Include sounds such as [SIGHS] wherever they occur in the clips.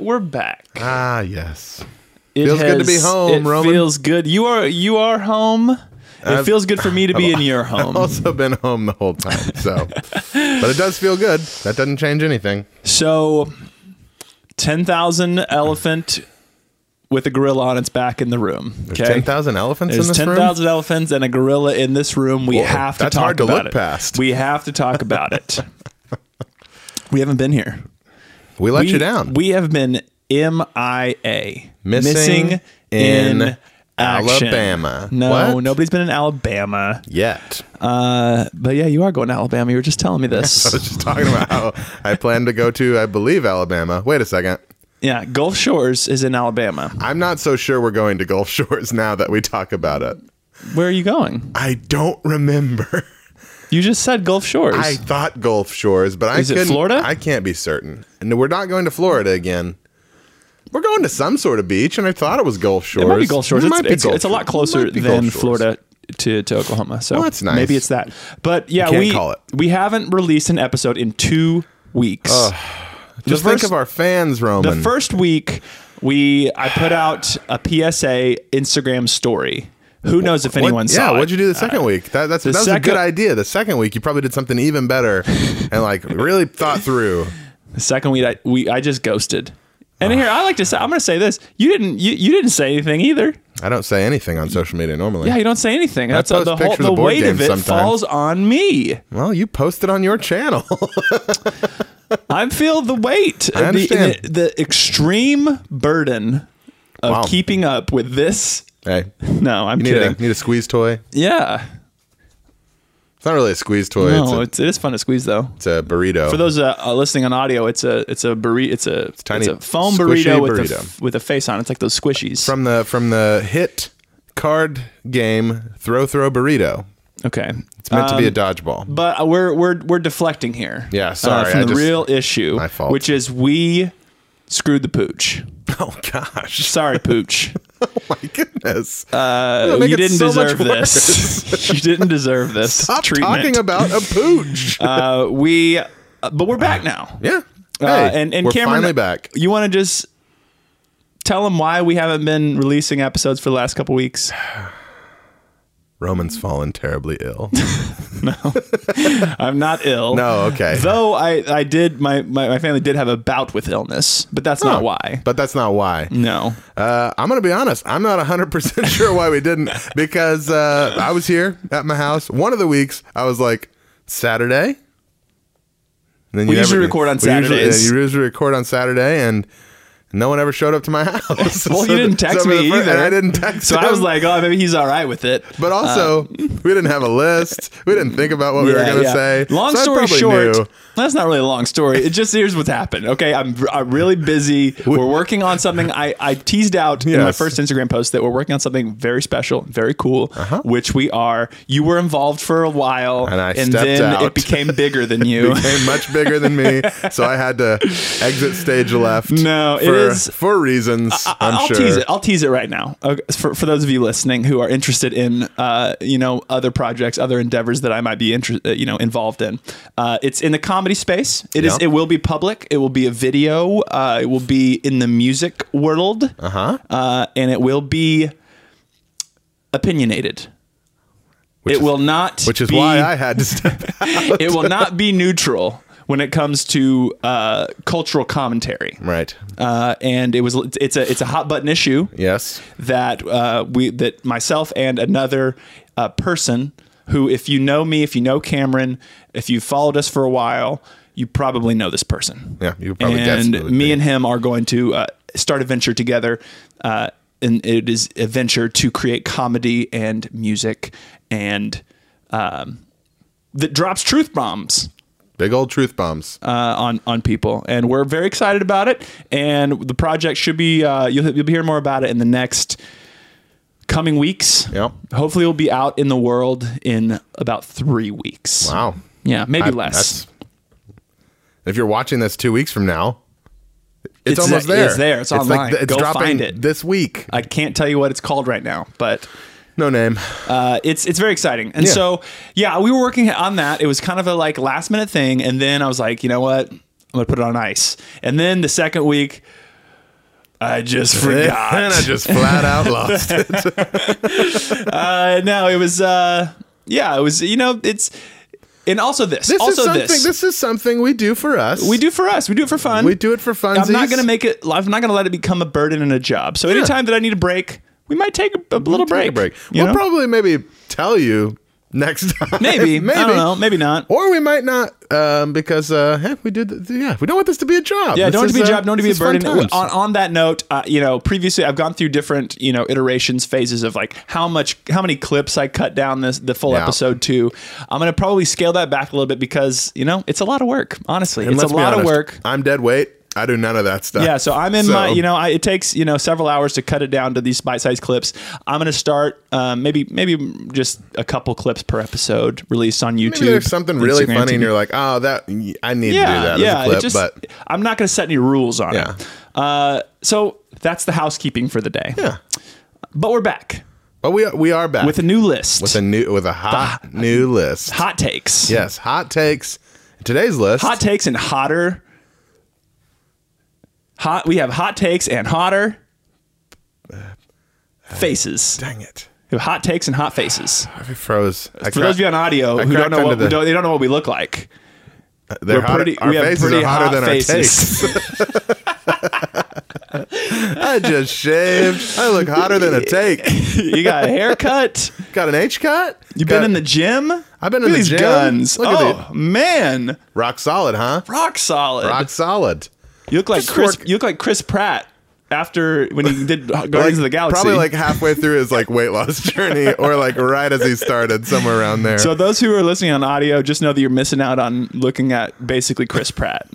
we're back. Ah, yes. It Feels good to be home, It Roman. feels good. You are you are home. It I've- feels good for me to be in [LAUGHS] your I've home. also been home the whole time, [LAUGHS] so. but it does feel good. That doesn't change anything. So, ten thousand elephant with a gorilla on its back in the room. Okay, Ten thousand elephants in There's this ten room. thousand elephants and a gorilla in this room. We Whoa, have to that's talk hard to about look it. past. We have to talk about [LAUGHS] it. we haven't been here. we let we, you down. We have been MIA. Missing in action. Alabama. No, What? nobody's been in Alabama. Yet. Uh, but yeah, you are going to Alabama. You were just telling me [LAUGHS] I was this. just talking about how I plan to go to, I believe, Alabama. Wait a second. yeah, Gulf Shores is in Alabama. I'm not so sure we're going to Gulf Shores now that we talk about it. Where are you going? I don't remember. You just said Gulf Shores. I thought Gulf Shores, but I Is it couldn't- Florida? I can't be certain. And we're not going to Florida again. We're going to some sort of beach, and I thought it was Gulf Shores. It might be Gulf Shores. It It's, might be it's- Gulf it's a lot Shores. It closer might be Gulf than Shores. Florida to, to Oklahoma. So Well, that's nice. maybe it's that. But yeah, can't we call it. we haven't released an episode in two weeks. Just the think first- of our fans, the Roman. first week we I put out a PSA Instagram story. Who knows if What- anyone saw yeah, it? Uh, what'd you do the second week? That, that's, that was a second- good idea. The second week, you probably did something even better and like really thought through. The second week I, we I just ghosted. And here I like to say I'm going to say this. You didn't you, you didn't say anything either. I don't say anything on social media normally. Yeah, you don't say anything. That's post the whole pictures of the board weight of games it sometimes. falls on me. Well, you posted on your channel. [LAUGHS] I feel the weight, I understand. The, the, the extreme burden of Wow. keeping up with this. hey, you No, I'm need a, kidding. need a squeeze toy. yeah, It's not really a squeeze toy. it's, no, a, it's, it is fun to squeeze though. it's a burrito. For those uh, uh, listening on audio, it's a it's a burrito. It's a it's tiny, a foam squishy burrito, with a burrito. f- with a face on. it. It's like those squishies. from the from the hit card game throw throw burrito. okay, It's meant Um, to be [LAUGHS] a dodgeball. but uh, we're we're we're deflecting here. Uh, Yeah, sorry, from I the just- real issue, my fault. which is we screwed the pooch. Oh gosh! Sorry, pooch. Oh [LAUGHS] my goodness! Uh, make you it didn't so much deserve this. [LAUGHS] you didn't deserve this [LAUGHS] Stop treatment. talking about a [LAUGHS] pooch. uh, we, uh, but we're back now. yeah. Hey, Uh, and and we're Cameron, finally back. You want to just tell them why we haven't been releasing episodes for the last couple weeks? Roman's fallen terribly [LAUGHS] ill. I'm not ill. No, okay. Though I, I did my, my, my family did have a bout with illness, but that's not why. But that's not why. No. Uh, I'm going to be honest. I'm not 100% sure why we didn't because uh, I was here at my house. One of the weeks, I was like, Saturday? And then We you usually record on we usually- Saturdays. yeah, you usually record on Saturday, and no one ever showed up to my [LAUGHS] house. Well, So you didn't the- text so for the me fir- either. And I didn't text So I was him. like, uh, oh, maybe he's all right with it. But also, we didn't have a list. We didn't think about what we were Yeah, going to yeah. say. Long So I story probably short, knew. that's not really a long story. It just here's what's happened. Okay, I'm I'm really busy. [LAUGHS] We're working on something. I I teased out in my Yes. first Instagram post that we're working on something very special, very cool, which we are. You were involved for a while, Uh-huh. And I stepped then it out. became bigger [LAUGHS] than you. became much bigger than me, so I had to exit stage left. [LAUGHS] No, for, it is- for reasons. I, am I'll sure. tease it. I'll tease it right now. Okay, For, for those of you listening who are interested in, uh, you know, other projects, other endeavors that I might be interested, you know, involved in. Uh, it's in the comedy space. It is. Yeah. It will be public. It will be a video. Uh, it will be in the music world. Uh-huh. Uh, and it will be opinionated. it is- will not. Which is be- why I had to step [LAUGHS] out. It will not be neutral when it comes to uh, cultural commentary. right. Uh, and it was it's a it's a hot button issue Yes. that uh, we that myself and another uh, person who, if you know me, if you know Cameron, if you've followed us for a while, you probably know this person. Yeah, you probably guessed and it would me be. and him are going to uh, start a venture together, uh, and it is a venture to create comedy and music and um, that drops truth bombs Big old truth bombs. uh, on on people, and we're very excited about it. And the project should be uh, you'll you'll be hearing more about it in the next coming weeks. Yep. Hopefully, it'll be out in the world in about three weeks. wow. Yeah, maybe I- less. that's- if you're watching this two weeks from now, it's, It's- almost there. it's there. It's online. th- Go dropping find it. this week. I can't tell you what it's called right now, but No [LAUGHS] name. uh, it's it's very exciting. And Yeah. so, yeah, we were working on that. It was kind of a like last minute thing, and then I was like, you know what, I'm gonna put it on ice. And then the second week, I just [LAUGHS] [LAUGHS] and I forgot. just flat [LAUGHS] out lost it. uh, no, it was. Uh, yeah, it was. You know, it's. And also this. This is also something. this. This. is something we do for us. We do for us. We do it for fun. We do it for funsies. I'm not going to make it. I'm not going to let it become a burden and a job. So anytime that I need a break, we might take a, a little break. Take a break. you We'll know? probably [LAUGHS] maybe tell you next time. [LAUGHS] maybe, maybe. I don't know. Maybe not. Or we might not, um, because uh, hey, we did. th- yeah, we don't want this to be a job. Yeah, This don't want to be is, a uh, job, don't want to be a this is burden. fun On, times. on that note, uh, you know, previously I've gone through different, you know, iterations, phases of like how much, how many clips I cut down this the full Yeah. episode to. I'm gonna probably scale that back a little bit because you know it's a lot of work. Honestly, And it's let's a be lot of honest, work. I'm dead weight. I do none of that stuff. [LAUGHS] Yeah, so I'm in So- my, you know, I, it takes you know several hours to cut it down to these bite-sized clips. I'm gonna start um, maybe maybe just a couple clips per episode released on YouTube. Maybe there's something really Instagram funny, TV. and you're like, oh, that I need yeah, to do that yeah. it as a clip, just, but I'm not gonna set any rules on Yeah. it. Uh, so that's the housekeeping for the day. yeah. But we're back But we are, we are back with a new list. with a new with a hot new list. hot takes. Yes, hot takes. Today's list. Hot takes and hotter. Hot. We have hot takes and hotter Uh, faces. Dang it! We have hot takes and hot faces. I froze. I For those of you on audio who don't cracked know what under the- don't, they don't know what we look like, they're we're hotter- pretty- our we have faces pretty are hotter hot [LAUGHS] than faces. [LAUGHS] our takes. I just shaved. I look hotter than [LAUGHS] a take. you got a haircut. Got an H cut. You've been in the gym. I've been Look at in the these gym. guns. Look at oh man, rock solid, huh? rock solid. Rock solid. You look like Just Chris. work- You look like Chris Pratt after when he [LAUGHS] did Guardians of the Galaxy. Probably like halfway through his like weight loss [LAUGHS] journey, or like right as he started, somewhere around there. So those who are listening on audio, just know that you're missing out on looking at basically Chris Pratt.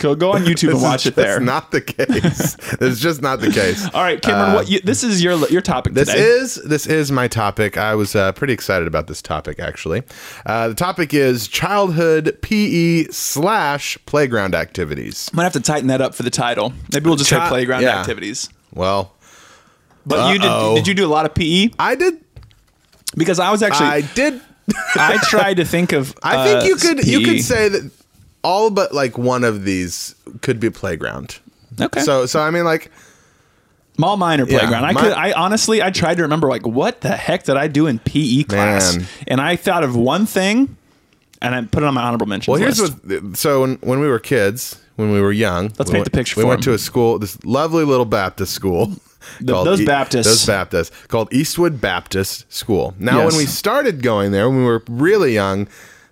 Go go on [LAUGHS] YouTube and watch it there. That's not the case. [LAUGHS] It's just not the case. All right, Cameron. what you, this is your your topic uh, This today? is this is my topic. I was uh, pretty excited about this topic actually. Uh, the topic is childhood PE slash playground activities. I'm gonna have to tighten that up for the title. Maybe we'll just say Chi- playground yeah. activities. Well, But you Uh-oh. did did you do a lot of PE? I did. Because I was I actually did. I, tried to think of. [LAUGHS] I uh, think you could you PE. could say that all but like one of these could be playground. okay. So So so I mean like mall minor playground. I my- could. I honestly I tried to remember like what the heck did I do in PE class? Man. And I thought of one thing, and I put it on my honorable mentions. Well, here's list. what. So when, when we were kids, when we were young, Let's we paint went- the picture We for went 'em. to a school, this lovely little Baptist school. [LAUGHS] [LAUGHS] called E-, those Baptists. those Baptists, called Eastwood Baptist School. Now, Yes. when we started going there, when we were really young,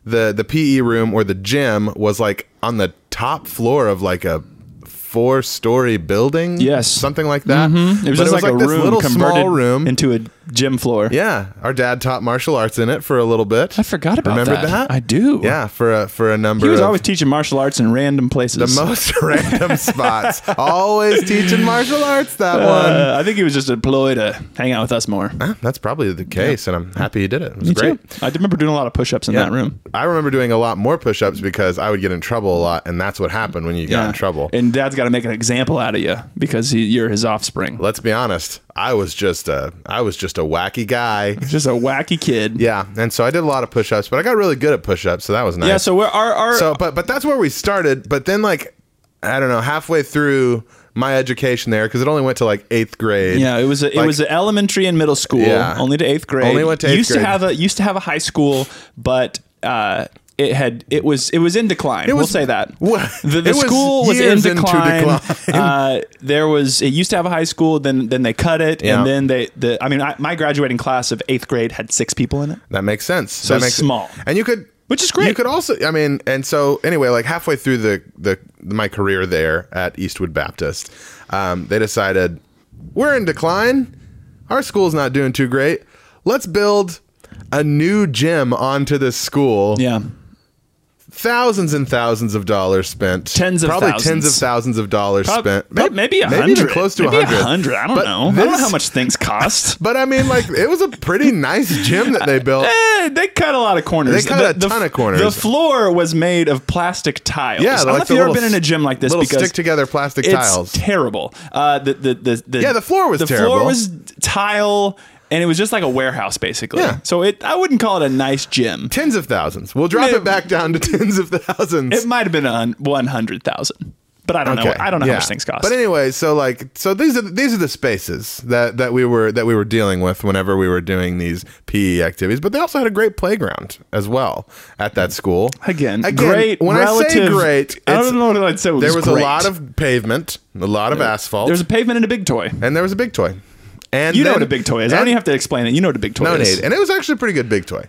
the the PE room or the gym was like on the top floor of like a four story building. Yes. Mm-hmm. something like that. It was But just like, a this room little converted small room. into a gym floor. yeah, our dad taught martial arts in it for a little bit. I forgot about Remember that. that. I do. Yeah, for a for a number. He was of, always teaching martial arts in random places. the [LAUGHS] most random spots. Always teaching martial arts. That one. Uh, I think he was just a ploy to hang out with us more. Huh, That's probably the case, and I'm happy you did it. It was Me great. too. I do remember doing a lot of push-ups in that room. I remember doing a lot more push-ups because I would get in trouble a lot, and that's what happened when you got in trouble. And Dad's got to make an example out of you because he, you're his offspring. Let's be honest. I was just a I was just a wacky guy. Just a wacky kid. Yeah, and so I did a lot of push-ups, but I got really good at push-ups, so that was nice. Yeah. So we're our, our so but but that's where we started but then like i don't know halfway through my education there because it only went to like eighth grade yeah. It was a, it like- was a elementary and middle school. Yeah. Only to eighth grade. Only went to eighth used grade. to have a used to have a high school, but. uh it had it was it was in decline. we'll was- say that [LAUGHS] What? the, the It was school was in years into decline. decline. uh, there was it used to have a high school, then then they cut it, Yeah. and then they the I mean I, my graduating class of eighth grade had six people in it. that makes sense so that it's makes small. and you could Which is great. you could also i mean and so anyway like halfway through the the my career there at eastwood baptist um, they decided we're in decline our school's not doing too great let's build a new gym onto this school Yeah, thousands and thousands of dollars spent. Tens of probably thousands. tens of thousands of dollars Prob- spent. prob- May- Uh, maybe a maybe hundred, even close to a Maybe hundred. 100. I don't But know. I don't know this- how much things [LAUGHS] cost. But I mean, like it was a pretty nice [LAUGHS] gym that they built. Eh, they cut a lot of corners. They cut a ton f- of corners. The floor was made of plastic tiles. Yeah, I don't like know if the you've ever little been in a gym like this little because stick together plastic it's tiles. terrible. Uh, the, the, the, the, Yeah, the floor was the floor terrible. was tile, and it was just like a warehouse basically. Yeah. So it, I wouldn't call it a nice gym. [LAUGHS] tens of thousands. We'll drop No. it back down to tens of thousands. It might have been a hun- 100,000. But I don't know. I don't know how much things cost. But anyway, so like so these are these are the spaces that that we were that we were dealing with whenever we were doing these PE activities. But they also had a great playground as well at that school. Again, great. When I say relative- great, I it's- don't know what I'd say. there was a great. lot of pavement, a lot of asphalt, There's a pavement and a big toy. and there was a big toy. And You know then- what a big toy is. I don't and- even have to explain it. You know what a big toy No is. need. And it was actually a pretty good big toy.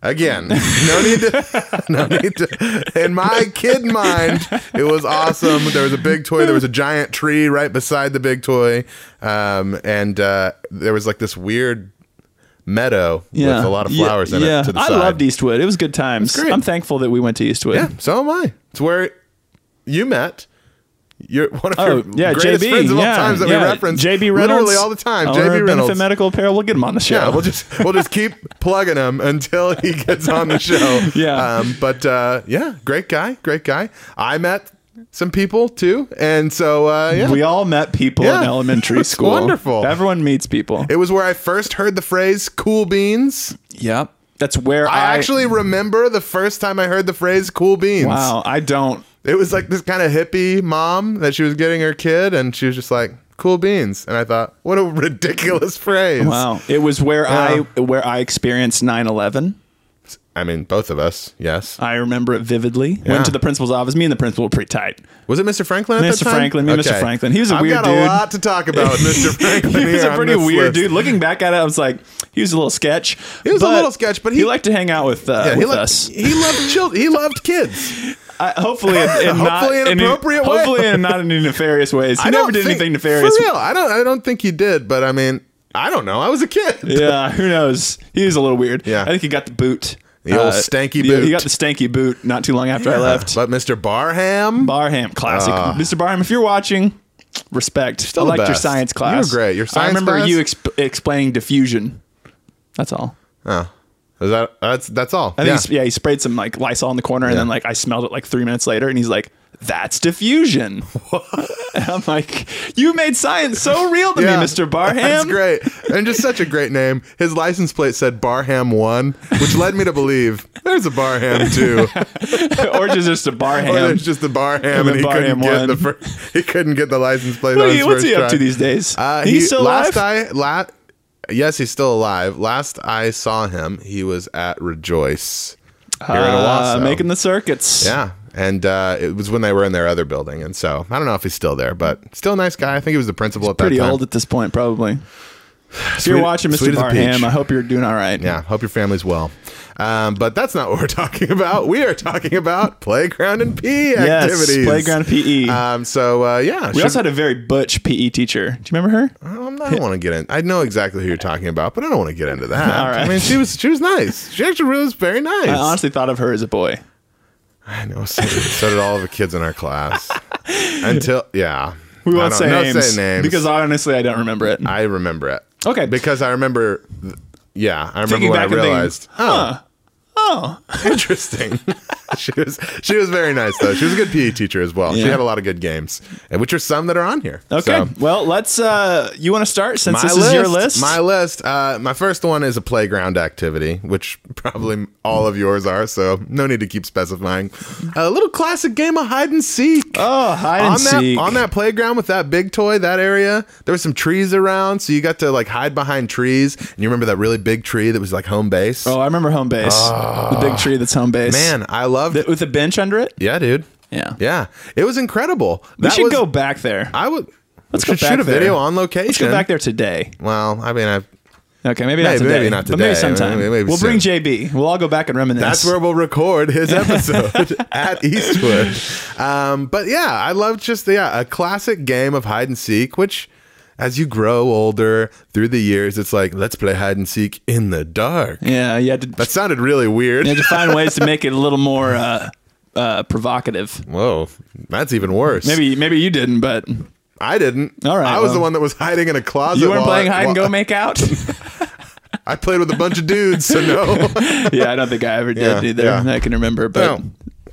Again, no need to. [LAUGHS] No need to. In my kid mind, it was awesome. There was a big toy. There was a giant tree right beside the big toy, um, and uh, there was like this weird meadow with a lot of Yeah. flowers in Yeah. it. To the I side. loved Eastwood. It was good times. great. I'm thankful that we went to Eastwood. Yeah, so am I. It's where you met. You're one of Oh your yeah, greatest JB. friends of all yeah, times that yeah. we reference. JB Reynolds, literally all the time. Our JB Reynolds. benefit medical apparel. We'll get him on the show. Yeah, we'll just we'll [LAUGHS] just keep plugging him until he gets on the show. Yeah. Um, but uh, yeah, great guy, great guy. I met some people too, and so uh, yeah, We all met people Yeah. in elementary That's school. wonderful. Everyone meets people. it was where I first heard the phrase "cool beans." yeah, that's where I, I, actually remember the first time I heard the phrase "cool beans." Wow, I don't. It was like this kind of hippie mom that she was getting her kid, and she was just like, "Cool beans," and I thought, what a [LAUGHS] ridiculous phrase. Wow, it was where Yeah. I where I experienced 9/11. I mean, both of us, yes. I remember it vividly. Yeah. Went to the principal's office. Me and the principal were pretty tight. Was it Mr. Franklin? At Mr. that time? Franklin, me and Mr. Franklin. He was a I've weird got dude. a lot to talk about [LAUGHS] with Mr. Franklin. he was here a on pretty this weird list. dude. Looking back at it, I was like, he was a little sketch. He was a little sketch, but he- liked to hang out with, uh, Yeah, with he loved, us. [LAUGHS] He loved children. He loved kids. I, hopefully, [LAUGHS] in, in not Hopefully in in appropriate way. Hopefully, in not [LAUGHS] in nefarious ways. He I never don't did think- anything nefarious. For real, I don't. I don't think he did. But I mean, I don't know. I was a kid. [LAUGHS] Yeah, who knows? He was a little weird. Yeah. I think he got the boot. The old stanky the- boot. He got the stanky boot not too long after I left. Uh, But Mr. Barham, Barham, classic. Mr. Barham, if you're watching, respect. I the liked your best. science You class. were great. Your I science remember class? you exp- explaining diffusion. That's all. oh, is that that's that's all? I yeah. think yeah. yeah, he sprayed some like Lysol in the corner, and then like I smelled it like three minutes later, and he's like, "That's [LAUGHS] diffusion." And I'm like, "You made science so real to Yeah. me, Mister Barham." That's great, and just such a great name. His license plate said Barham One, which led me to believe there's a [LAUGHS] Barham Two. [LAUGHS] or just just a Barham. Or there's Oh, just the bar ham, And and, the he bar couldn't ham get won. the first, he couldn't get the license plate. What on are his you- what's first he up try. to these days? Uh, he's he, still last alive. I la- yes, he's still alive. Last I saw him, he was at Rejoice here in Uh, Owasso. making the circuits. yeah, and uh, it was when they were in their other building, and so I don't know if he's still there, but still a nice guy. I think he was the principal at that pretty time. old at this point, probably. If you're Sweet- watching Mister sweet as a Barham, peach. I hope you're doing all right. Yeah, hope your family's well. Um, but that's not what we're [LAUGHS] talking about. We are talking about playground and PE Yes, activities. playground PE. Um, so uh, yeah, we also had a very butch PE teacher. Do you remember her? Um, I don't want to get in. I know exactly who you're talking about, but I don't want to get into that. [LAUGHS] All right. I mean, she was she was nice. She actually really was very nice. I honestly thought of her as a boy. I know. So, did- so did all of the kids in [LAUGHS] our class. Until yeah, We I won't don't- say, no, names, say names because honestly, I don't remember it. I remember it. Okay. because I remember. th- Yeah, I remember Thinking when I back and thinking, realized. Oh, oh, interesting. [LAUGHS] she was she was very nice though. She was a good PE teacher as well. She Yeah. had a lot of good games, and which are some that are on here. okay, So- well, let's. uh You want to start since my this list, is your list? My list. Uh, my first one is a playground activity, which probably all of yours are, so no need to keep specifying. A little classic game of hide and seek. oh, hide and on that seek. on that playground with that big toy, that area, there was some trees around, so you got to like hide behind trees. And you remember that really big tree that was like home base. oh, I remember home base. the big tree that's home base. Ah, man, I loved Th- it. with a bench under it. Yeah, dude. Yeah, Yeah, it was incredible. We that should was, go back there. I would. Let's go should back shoot a there. video on location. Let's go back there today. Well, I mean, I. Okay, maybe, not Maybe- today. maybe not But maybe today. sometime. Maybe- maybe we'll bring soon. JB. We'll all go back and reminisce. That's where we'll record [LAUGHS] his episode at Eastwood. Um, but yeah, I love just the yeah, a classic game of hide and seek, which as you grow older through the years, it's like let's play hide and seek in the dark. Yeah, you had to, That sounded really weird. you had to find ways to make it a little more uh, uh, provocative. Whoa, that's even worse. Maybe maybe you didn't, but I didn't. All right, I was the well. one that was hiding in a closet. you weren't while playing I, hide and while- go make out. [LAUGHS] I played with a bunch of dudes, so no. [LAUGHS] yeah, I don't think I ever did Yeah, either. yeah. I can remember, but No.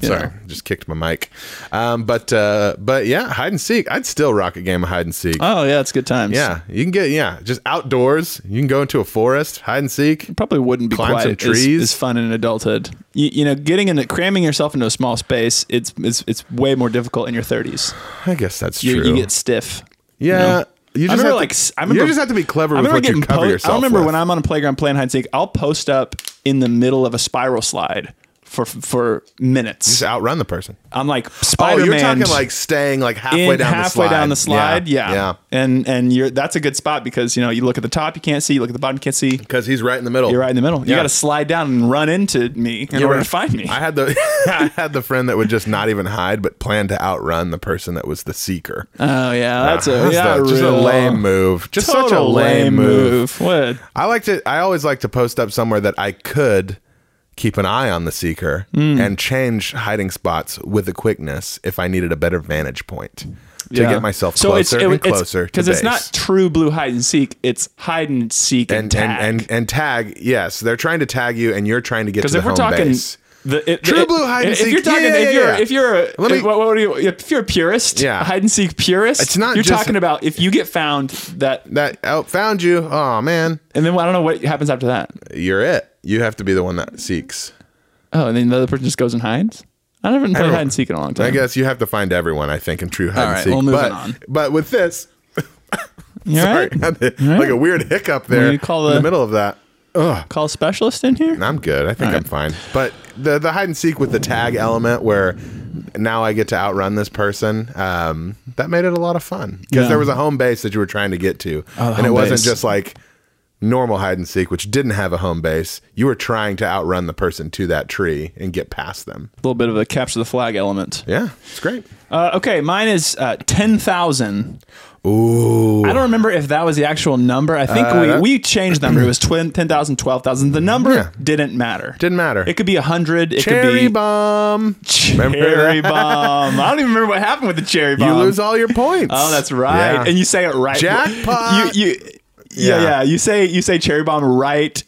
You Sorry, know. just kicked my mic. Um, but uh, but yeah, hide and seek. I'd still rock a game of hide and seek. Oh yeah, it's good times. yeah, you can get yeah, just outdoors. You can go into a forest, hide and seek. probably wouldn't be Climb quite some as- trees. As, fun in adulthood. You, you know, getting into cramming yourself into a small space, it's it's, it's way more difficult in your 30s. I guess that's You, true. you get stiff. yeah, you I just remember, have like to, s- I remember you just have to be clever I with remember what you getting cover po- yourself. I remember with. when I'm on a playground playing hide and seek, I'll post up in the middle of a spiral slide for for minutes. just outrun the person. I'm like Oh, Spider-Man. you're talking like staying like halfway in down halfway the slide. down the slide. Yeah. yeah. And and you're that's a good spot because you know you look at the top, you can't see. You look at the bottom, you can't see. Because he's right in the middle. You're right in the middle. You Yeah. got to slide down and run into me in You order were- to find me. I had the [LAUGHS] I had the friend that would just not even hide, but plan to outrun the person that was the seeker. oh yeah, that's a That's yeah, the- just a real- lame move. Just Total such a lame, move. What? I like to. I always like to post up somewhere that I could keep an eye on the seeker Hmm. and change hiding spots with the quickness if I needed a better vantage point to Yeah. get myself closer and closer Because to it's not base. true blue hide and seek. It's hide and seek and, and and, tag. and and tag. Yes, they're trying to tag you, and you're trying to get to the if we're home talking base. the it, True it- blue hide and if seek. you're talking, Yeah, yeah, if you're yeah. if you're a, Let me- what, what are you, if you're a purist, Yeah. a hide and seek purist, It's not You're just- talking about if you get found that, That oh, found you. Oh man, and then I don't know what happens after that. you're it. You have to be the one that seeks. Oh, and then the other person just goes and hides. I haven't played hide and seek in a long time. I guess you have to find everyone. I think in true hide All and right, seek. well, moving but, on. but with this, You all [LAUGHS] sorry, right? like a weird hiccup there Well, you call in the the- middle of that. Call a specialist in here. I'm good. I think I'm fine. But the the hide and seek with the tag element, where now I get to outrun this person, um, that made it a lot of fun because Yeah. Oh, there was a home base that you were trying to get to, and it home wasn't base. just like normal hide and seek, which didn't have a home base. You were trying to outrun the person to that tree and get past them. A little bit of a capture the flag element. Yeah, it's great. Uh, okay, mine is uh, ten thousand. Ooh, I don't remember if that was the actual number. I think we, Uh, that- we changed the number. It was twin, 10,000, 12,000. The number Yeah. didn't matter. didn't matter. It could be 100. It could Cherry be bomb. Remember cherry that? [LAUGHS] bomb. I don't even remember what happened with the cherry You bomb. lose all your points. Oh, that's right. Yeah. And you say it right. Jackpot. You, you, yeah. Yeah. yeah, You say you say cherry bomb right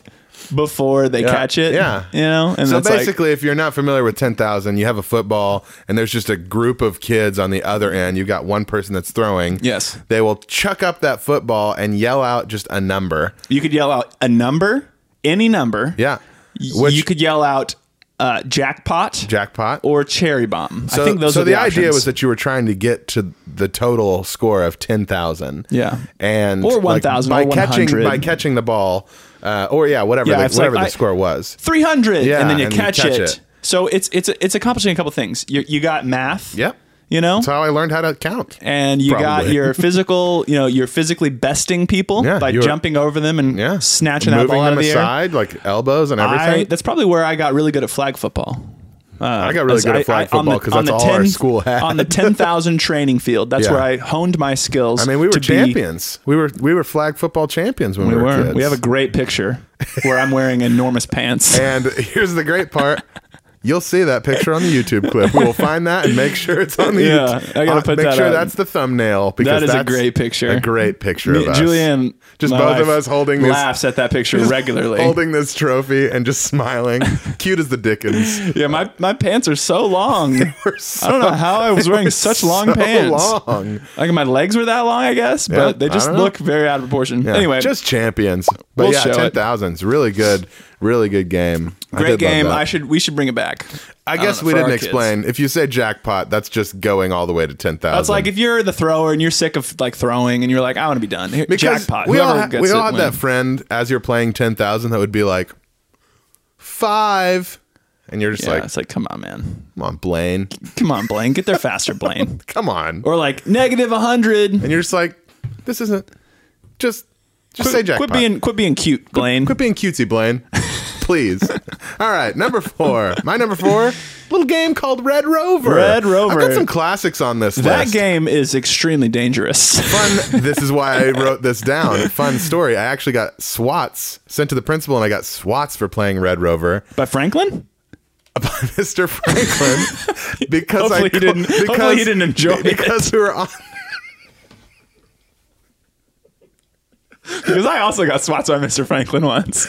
before they catch it. yeah. You know? And So that's like- basically, if you're not familiar with 10,000, you have a football and there's just a group of kids on the other end. You've got one person that's throwing. Yes. They will chuck up that football and yell out just a number. you could yell out a number, any number. Yeah. Y- Which you could yell out uh, jackpot jackpot. or cherry bomb. so, I think those so are the, the, idea options. was that you were trying to get to the total score of 10,000. Yeah. And Or like, 1,000 by or catching 100. by catching the ball uh, or yeah, whatever Yeah, the, it's like, whatever the I- score was. 300 Yeah, and then you and you catch, catch it. it. so it's it's it's accomplishing a couple things you, you got math Yep. you know That's how I learned how to count. and you got Probably. [LAUGHS] your physical you know you're physically besting people Yeah, by you were- jumping over them and Yeah. snatching that Moving ball out them of the air aside, like elbows and everything. I, that's probably where i got really good at flag football uh, I got really good at flag on the- football 'cause on that's the all our school had. On the 10,000 training field, that's [LAUGHS] Yeah. where I honed my skills. [LAUGHS] I mean, we were to be- champions. we were we were flag football champions when we, we were, were. kids. We have a great picture where I'm wearing enormous [LAUGHS] pants. and here's the great part. You'll see that picture on the YouTube clip. We will find that and make sure it's on the. Yeah, YouTube. Uh, I gotta put make that sure up. that's the thumbnail because That is a that's great picture. A great picture Me- of us. Julianne, Just my both of wife, us holding this- laughs at that [LAUGHS] picture regularly. holding this trophy and just smiling, [LAUGHS] cute as the Dickens. [LAUGHS] Yeah, my, my pants are so long. We're so I don't know how I was [LAUGHS] wearing such Uh, long pants. long. Like my legs were that long, I guess, Yeah, but they I just don't know. look very out of proportion. Yeah, anyway, just champions. But We'll yeah, show it. ten thousands. Really good. Really good game. I great did love game. that. I should we should bring it back. I don't guess know, we for didn't our kids. explain. If you say jackpot, that's just going all the way to ten thousand. It's like if you're the thrower and you're sick of like throwing and you're like, I want to be done. Here, Because jackpot. We all, Whoever ha- gets we it all had that wins. friend as you're playing ten thousand that would be like five, and you're just Yeah, like, it's like, come on, man. come [LAUGHS] on, Blaine, Come on, Blaine. Get there faster, [LAUGHS] Blaine. come on, Or like negative 100. and you're just like, this isn't just just say jackpot. Quit being quit being cute, Blaine. quit being [LAUGHS] cutesy, Blaine. Please. All right, number four. My number four, little game called Red Rover. Red Rover. I've got some classics on this that list. game is extremely dangerous. [LAUGHS] fun this is why i wrote this down fun story i actually got swats sent to the principal and i got swats for playing red rover [LAUGHS] By Franklin? by mr [LAUGHS] franklin [LAUGHS] because i Hopefully he cou- didn't- hopefully he didn't enjoy it. because we [LAUGHS] were on Because I also got swats by Mr. Franklin [LAUGHS] once.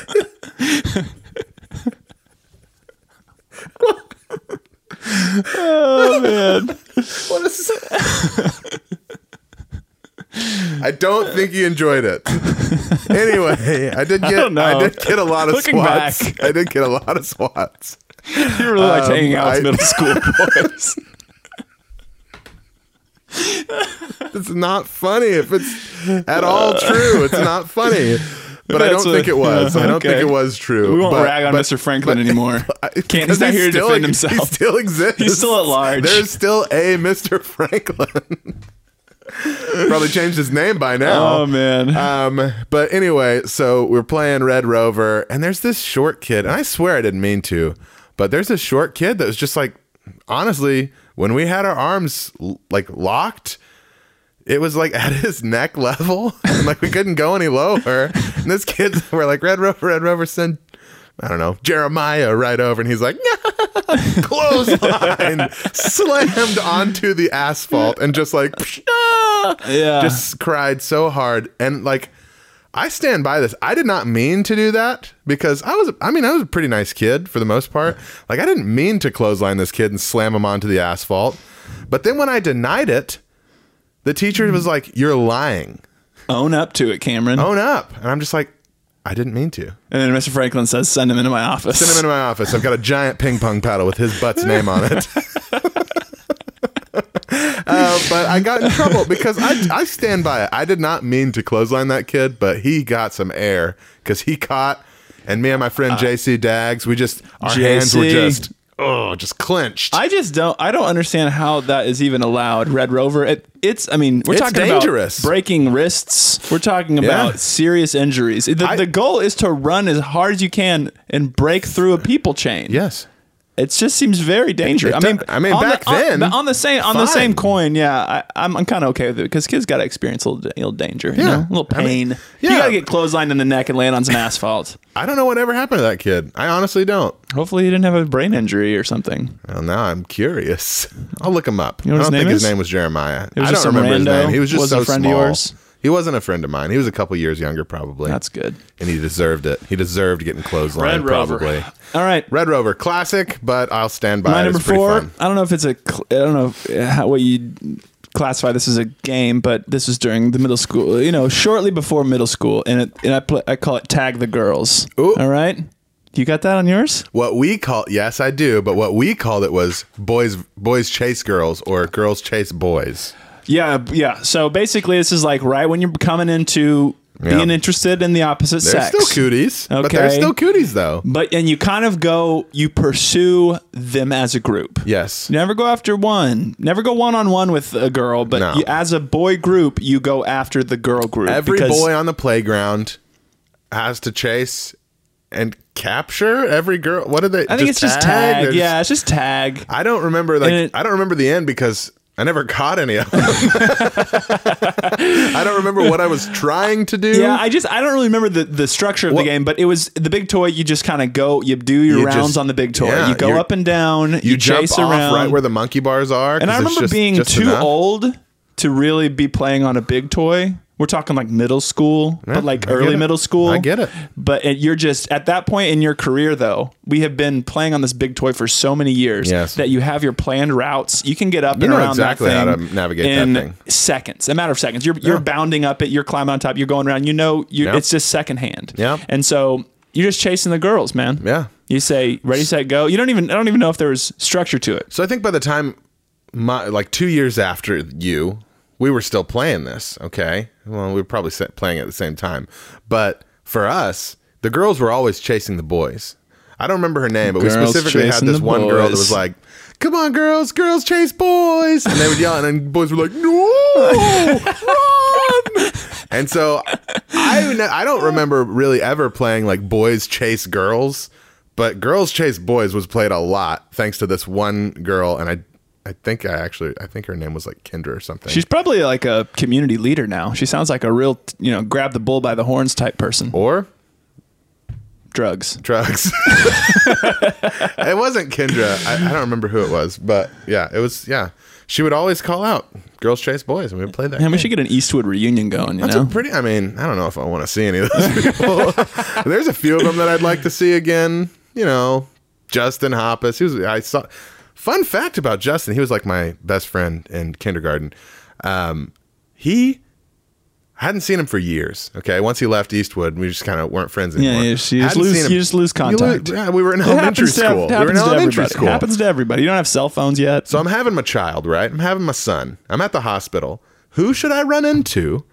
Oh man. What is? [LAUGHS] I don't think you enjoyed it. Anyway, [LAUGHS] I did get don't I, know. did get a lot of Looking swats. back. I did get a lot of swats. You really liked Um, hanging out with I- middle [LAUGHS] school boys. It's not funny if it's at all true. It's not funny. But I Uh. That's don't what- think it was. I don't okay. think it was true. We won't but, rag on but- Mr. Franklin but- [LAUGHS] anymore. Can't he's because not he here to still- defend He himself. still exists. He's still at large. There's still a Mr. Franklin. [LAUGHS] Probably changed his name by [LAUGHS] now. Oh man. Um, but anyway, so we're playing Red Rover, and there's this short kid, and I swear I didn't mean to, but there's this short kid that was just like, honestly, when we had our arms l- like locked, it was like [LAUGHS] at his neck level, and like we couldn't go any lower. And this kid, [LAUGHS] we're like, Red Rover, Red Rover, send. I don't know, Jeremiah right over, and he's like, [LAUGHS] clothesline, [LAUGHS] slammed onto the asphalt, and just like, [LAUGHS] yeah. just cried so hard and like I stand by this. I did not mean to do that because I was I mean I was a pretty nice kid for the most part. Like I didn't mean to clothesline this kid and slam him onto the asphalt. But then when I denied it, the teacher was like, "You're lying. own up to it, Cameron. Own up." And I'm just like, "I didn't mean to." And then Mr. Franklin says, "Send him into my office." Send him into my office. I've got a giant ping pong paddle with his butt's name on it. [LAUGHS] uh, but I got in trouble because I, I stand by it. I did not mean to clothesline that kid, but he got some air because he caught. And me and my friend JC Dags, we just our hands were JC. just oh, just clenched. I just don't. I don't understand how that is even allowed. Red Rover. It, it's. I mean, we're It's talking dangerous. about breaking wrists. We're talking about serious injuries. The, I- the goal is to run as hard as you can and break through a people chain. yes, It just seems very dangerous. I do- mean, I mean, on back the, on- then, on, the same on the fine. same coin, yeah, I, I'm, I'm kind of okay with it because kids got to experience a little, a little danger, you Yeah. know? a little I mean, pain. yeah. You got to get clotheslined in the neck and land [LAUGHS] on some asphalt. I don't know whatever happened to that kid. I honestly don't. Hopefully, he didn't have a brain injury or something. Well, now I'm curious. [LAUGHS] I'll look him up. know what I his don't think name his is? name was Jeremiah. was I just don't some remember his rando? name. He was just Wasn't so a friend of small. yours? He wasn't a friend of mine. He was a couple years younger, probably. That's good. and he deserved it. He deserved getting clotheslined, probably. All right. Red Rover, classic, but I'll stand by My it. number it's pretty four. fun. I don't know if it's a. Cl- I don't know if, uh, how, what you classify this as a game, but this was during the middle school. You know, shortly before middle school, and it, and I play, I call it tag the girls. Ooh. All right. You got that on yours? What we call yes, I do, but what we called it was boys boys chase girls or girls chase boys. Yeah, b- yeah. So basically, this is like right when you're coming into Yeah. being interested in the opposite They're sex. still cooties, but they're Okay. still cooties though. But and you kind of go, you pursue them as a group. Yes, Never go after one. Never go one on one with a girl, but No. you, as a boy group, you go after the girl group. every because- boy on the playground has to chase and capture every girl. What are they? I think it's just tag. They're just- Yeah, it's just tag. I don't remember like And it- I don't remember the end because I never caught [LAUGHS] any of them. I don't remember what I was trying to do. Yeah, I just I don't really remember the, the structure of Well- the game, but it was the big toy. You just kind of go, you do your You rounds just- on the big toy. yeah, you go you're- up and down. You, you chase jump off around. right where the monkey bars are. and I remember being too old to really be playing on a big toy. We're talking like middle school, but like I get early it. middle school. I get it. But it, you're just at that point in your career, though. We have been playing on this big toy for so many years Yes. that you have your planned routes. You can get up and know around exactly how that to thing navigate that in thing. seconds, a matter of seconds. You're you're bounding up it. You're climbing on top. You're going around. You know, you Yeah. it's just secondhand. Yeah. And so you're just chasing the girls, man. Yeah. You say ready, set, go. You don't even I don't even know if there was structure to it. So I think by the time my like two years after you, we were still playing this. Okay, well we were probably sa- playing at the same time, but for us, the girls were always chasing the boys. I don't remember her name, but we Girls specifically had chasing this the one girl that boys. was like, "Come on, girls! Girls chase boys!" And they would yell, and then boys were like, "No, run!" And so I ne- I don't remember really ever playing like boys chase girls, but girls chase boys was played a lot thanks to this one girl and I I think I actually I think her name was like Kendra or something. She's probably like a community leader now. She sounds like a real, you know, grab the bull by the horns type person. or Drugs. drugs. [LAUGHS] it wasn't Kendra. I, I don't remember who it was, but yeah, it was yeah. She would always call out girls chase boys and we would play that. And we game. should get an Eastwood reunion going, you That's know? a pretty. I mean, I don't know if I want to see any of those people. [LAUGHS] There's a few of them that I'd like to see again. You know, Justin Hoppus. He was. I saw Fun fact about Justin, he was like my best friend in kindergarten. Um, he I hadn't seen him for years. Okay, once he left Eastwood, we just kind of weren't friends Yeah, anymore. you just- you just Hadn't lose- seen him- you just lose You lose- contact. yeah, we were in It elementary happens to ev- school. it We were in happens to elementary everybody. school. It happens to everybody. You don't have cell phones yet. So I'm having my child, right? I'm having my son. I'm at the hospital. Who should I run into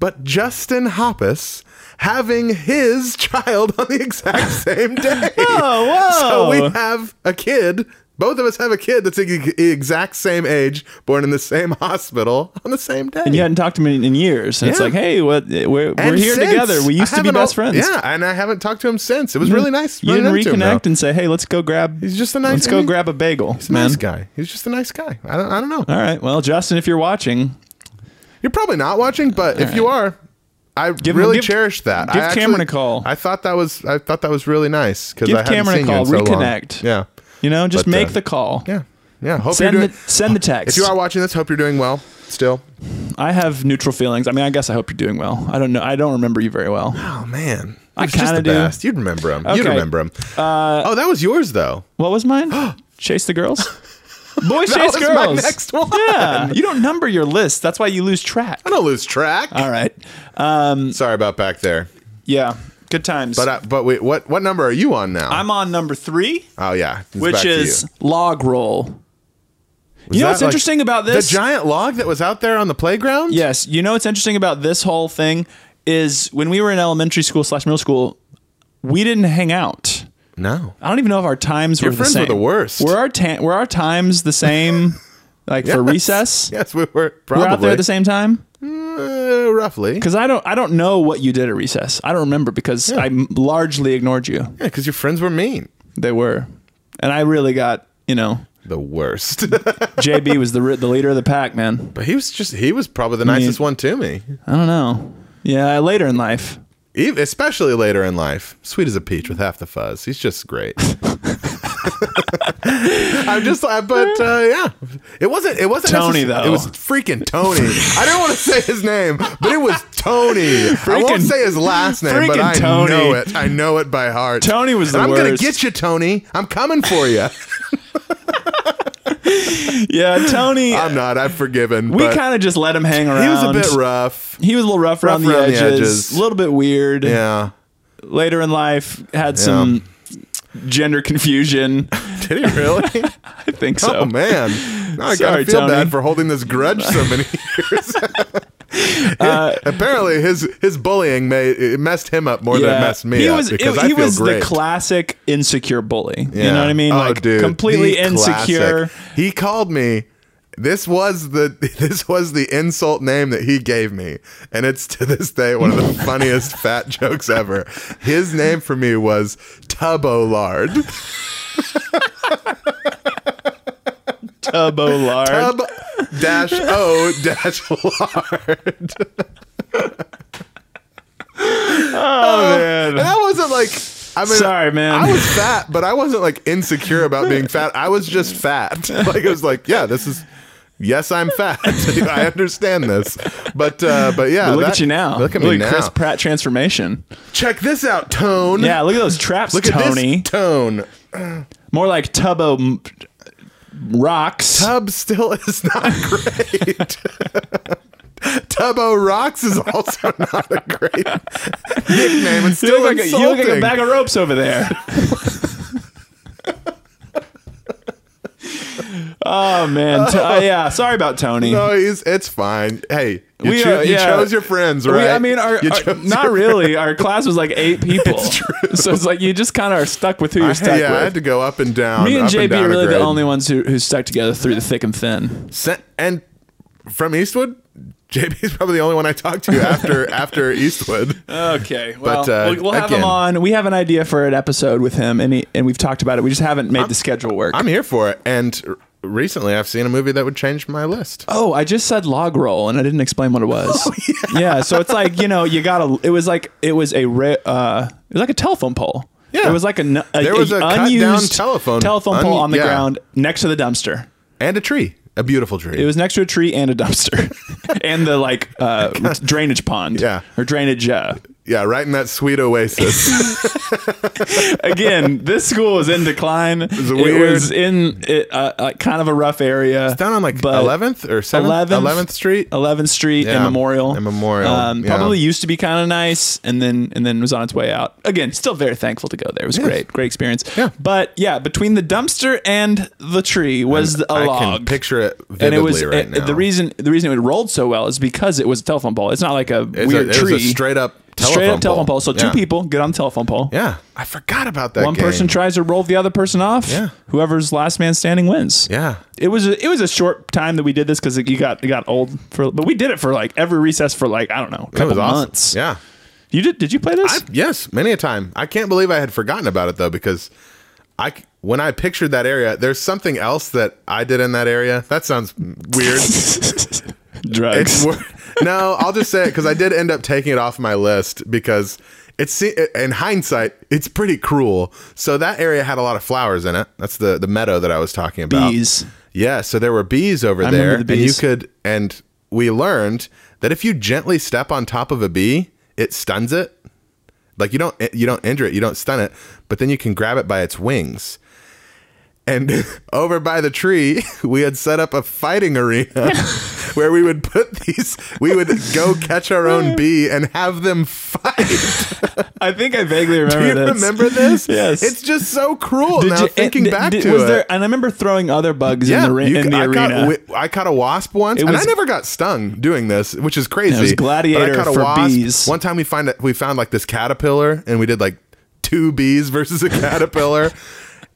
but Justin Hoppus having his [LAUGHS] child on the exact [LAUGHS] same day? Oh, So whoa. we have a kid. Both of us have a kid that's the e- exact same age, born in the same hospital on the same day. and you hadn't talked to me in years. And It's Yeah. like, hey, what? eh, We're, we're And here since, together. We I used to be haven't al- best friends. Mm-hmm. Yeah, and I haven't talked to him since. It was really nice. You running didn't into him, though. reconnect and say, hey, let's go grab. He's just a nice Let's go guy. grab a bagel, He's a man. nice guy. He's just a nice guy. I don't, I don't know. All right. Well, Justin, if you're watching, You're probably not watching, but if you are, I him- really give- cherish that. give I Cameron a call. I thought that was I thought that was really nice because Give I hadn't Cameron a seen call. You in so long. Reconnect. Yeah, you know, just But, make uh, the call. yeah, yeah. Hope Send you're the doing. send the text. if you are watching this, hope you're doing well. Still. I have neutral feelings. I mean, I guess I hope you're doing well. I don't know. I don't remember you very well. Oh man, I It's just kinda the do. Best. You'd remember him. You'd Okay. Uh, remember him. oh, that was yours though. What was [GASPS] mine? chase the [LAUGHS] girls. Boys That chase was girls. my next one. Yeah. You don't number your list. That's why you lose track. I don't lose track. All right. Sorry about back there. Yeah. Good times. But I, but wait, what what number are you on now? I'm on number three, oh yeah, it's back which to is you. log roll. Was you know that, what's like, interesting about this? The giant log that was out there on the playground. Yes. You know what's interesting about this whole thing is when we were in elementary school slash middle school, we didn't hang out. No. I don't even know if our times were the friends were same. the worst. Were our ta- were our times the [LAUGHS] same? Like for Yes. recess, Yes, we were probably we're out there at the same time. Uh, roughly. Because I don't, I don't know what you did at recess. I don't remember because I m- largely ignored you. Yeah, because your friends were mean. They were, and I really got, you know, The [LAUGHS] worst. JB was the ri- the leader of the pack, man. but he was just, he was probably the nicest one to me, I don't know. Yeah, later in life, Ev especially later in life. Sweet as a peach with half the fuzz. He's [LAUGHS] just great. I'm just, I, but uh, yeah, it wasn't. It wasn't Tony, necess- though. It was freaking Tony. I don't want to say his name, but it was Tony. I won't Freaking- say his last name, but freaking I Tony. know it. I know it by heart. Tony was And the I'm gonna worst. get you, Tony. I'm coming for you. [LAUGHS] yeah, [LAUGHS] Tony, I'm not. I've forgiven. we uh, but kind of just let him hang around. He was a bit rough. He was a little rough, around, the, around the edges, edges. a little bit weird. Yeah. Later in life, had some gender [LAUGHS] confusion. Did he [LAUGHS] really? I think so. oh man. Now I Sorry, gotta feel Tony. bad for holding this grudge so [LAUGHS] many years. Uh, [LAUGHS] Apparently, his his bullying made it messed him up more than it messed me he up was because it- I he feel was great. the classic insecure bully. You Yeah. know what I mean? Oh, like dude, completely the insecure. classic. He called me. This was the [LAUGHS] this was the insult name that he gave me, and it's to this day one of [LAUGHS] the funniest fat jokes ever. His name for me was Tubbo Lard. [LAUGHS] Tubbo lard. Tub dash O dash Lard. oh man. And I wasn't like I [LAUGHS] mean Sorry, man. I was fat, but I wasn't like insecure about being fat. I was just fat. [LAUGHS] Like it was like, yeah, this is yes, I'm fat. [LAUGHS] I understand this. But uh but yeah, look that- at you now. Look at me now. Chris Pratt transformation. Check this out, Tone. Yeah, look at those traps, Look at Tony. this tone. More like Tubbo m- rocks. Tub still is not [LAUGHS] great. Tubbo Rocks is also [LAUGHS] not a great nickname. It's you, still look like a, you look like a insulting. bag of ropes over [LAUGHS] there. oh man. T- uh, yeah, sorry about Tony. No, he's, it's fine. Hey, you, We, choo- uh, you yeah. chose your friends, right? We, I mean, our, you our- chose not your- really. Our class was like [LAUGHS] eight people, so it's like you just kind of are stuck with who you're stuck yeah, I had with. to go up and down. Me and up JB down are a really the grade. only ones who, who stuck together through the thick and thin. Se- and from Eastwood, [LAUGHS] JB's probably the only one I talked to [LAUGHS] after after Eastwood. Okay, well, But, uh, we'll, we'll have him again- on. We have an idea for an episode with him, and he, and we've talked about it. We just haven't made the schedule work. I'm here for it. And r- recently, I've seen a movie that would change my list. oh, I just said log roll, and I didn't explain what it [LAUGHS] was. Oh, yeah. so it's like you know, you gotta. It was like it was a re, uh, it was like a telephone pole. Yeah. it was like a, n- a- There was a cut-down unused telephone- telephone pole un- on the yeah. ground next to the dumpster. And a tree, a beautiful tree. It was next to a [LAUGHS] tree and a dumpster, and the like uh, drainage pond. Yeah. or drainage uh, Yeah, right in that sweet [LAUGHS] oasis. Again, this school was in decline. It was, weird- in it, uh, uh, kind of a rough area. Down on like but- eleventh or 11th. seventh, eleventh Street. 11th Street Yeah, and Memorial. and Memorial, Um, yeah. Probably used to be kind of nice, and then and then was on its way out. Again, still very thankful to go there. It was great, great experience. Yeah. But yeah, between the dumpster and the tree was a I log. can picture it vividly and it was right it- now. the reason the reason it rolled so well is because it was a telephone pole. It's not like a It's weird a, tree. It was a straight up telephone Straight up telephone pole. So Yeah. two people get on the telephone pole. Yeah, I forgot about that. One game. person tries to roll the other person off. Yeah. Whoever's last man standing wins. Yeah. It was a, it was a short time that we did this because it, you got it got old for, but we did it for like every recess for like I don't know, a That couple was awesome. months. Yeah. You did? Did you play this? Yes, many a time. I can't believe I had forgotten about it though, because I c- when I pictured that area, there's something else that I did in that area. That sounds [LAUGHS] [LAUGHS] weird. Drugs. It's wor- no, I'll just say it because I did end up taking it off my list because it's se- in hindsight it's pretty cruel. So that area had a lot of flowers in it. That's the the meadow that I was talking about. Bees. Yeah, so there were bees over remember there, the and you bees. could. And we learned that if you gently step on top of a bee, it stuns it. Like you don't you don't injure it, you don't stun it, but then you can grab it by its wings. And [LAUGHS] over by the tree, [LAUGHS] we had set up a fighting arena [LAUGHS] where we would put these. We would go catch our [LAUGHS] own bee and have them fight. I think [LAUGHS] I vaguely Do remember you this. remember this? Yes. It's just so cruel Did now. you- thinking it- back did- to was it. There, and I remember throwing other bugs in the, ri- you in ca- the I arena. Caught, wi- I caught a wasp once, It and I was- never got stung doing this, which is crazy. It was But gladiator for bees. One time we find we found like this caterpillar, and we did like two bees [LAUGHS] versus a caterpillar.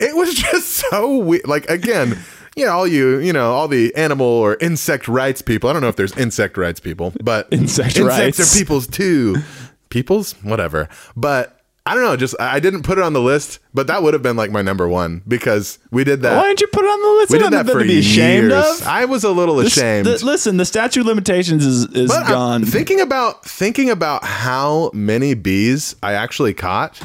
it was just so weird. Like again. Yeah, all you, you know, all the animal or insect rights people. I don't know if there's insect rights people, but [LAUGHS] Insect insects rights. are people's too. people's, whatever. But I don't know. Just I I didn't put it on the list, but that would have been like my number one because we did that. Why didn't you put it on the list? It We did doesn't that have for to be ashamed years. of. I was a little ashamed. The- listen, the statute of limitations is is But I'm gone. thinking about thinking about how many bees I actually caught,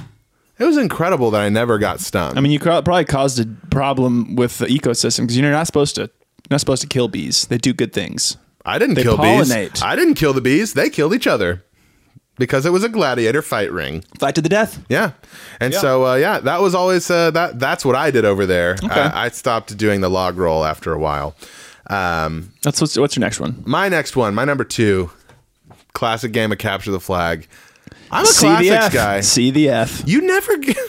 it was incredible that I never got stung. I mean, you ca- probably caused a problem with the ecosystem because you're not supposed to you're not supposed to kill bees. They do good things. I didn't they kill pollinate. bees. I didn't kill the bees. They killed each other because it was a gladiator fight ring. Fight to the death. Yeah, and so uh, yeah, that was always uh, that. That's what I did over there. I, I stopped doing the log roll after a while. Um, That's what's, what's your next one? my next one, my number two, classic game of capture the flag. I'm a C the F. classics guy. C the F. You never get. [LAUGHS]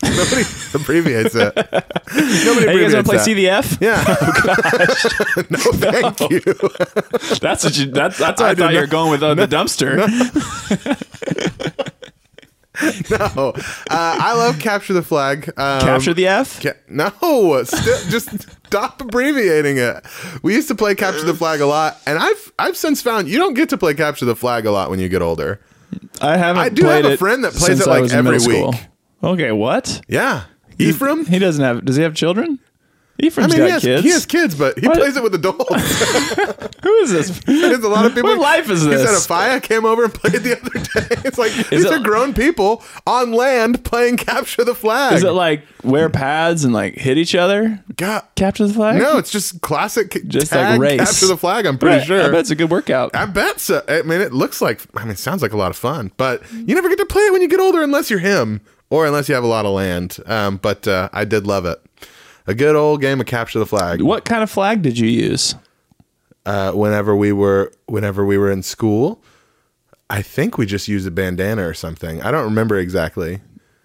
Nobody abbreviates it. Nobody Hey, you guys abbreviates want to play Oh, that. CDF? [LAUGHS] Yeah. [LAUGHS] no, thank you. That's what you. That's that's what I, I did thought you were not- going with uh, the dumpster. No, uh, I love capture the flag. Um, Capture the F. Ca- no, st- just stop abbreviating it. We used to play capture the flag a lot, and I've I've since found you don't get to play capture the flag a lot when you get older. I haven't. Um, I do played have a it friend that plays since it, I like, was in every middle school. week. Okay, what? Yeah, Ephraim. He doesn't have. Does he have children? I Ephraim's mean, he got has, kids. he has kids, but he What? plays it with adults. Who is this? There's a lot of people. What life is He said this? if I came over and played the other day. [LAUGHS] It's like these it- are grown people on land playing capture the flag. Is it like wear pads and like hit each other? God, Capture the flag? no, it's just classic. Just Just tag like race. capture the flag. I'm pretty Right, sure. I bet it's a good workout. I bet so. I mean, it looks like. I mean, it sounds like a lot of fun, but you never get to play it when you get older, unless you're him or unless you have a lot of land. Um, but uh, I did love it. A good old game of capture the flag. What kind of flag did you use? Uh, whenever we were, whenever we were in school, I think we just used a bandana or something. I don't remember exactly.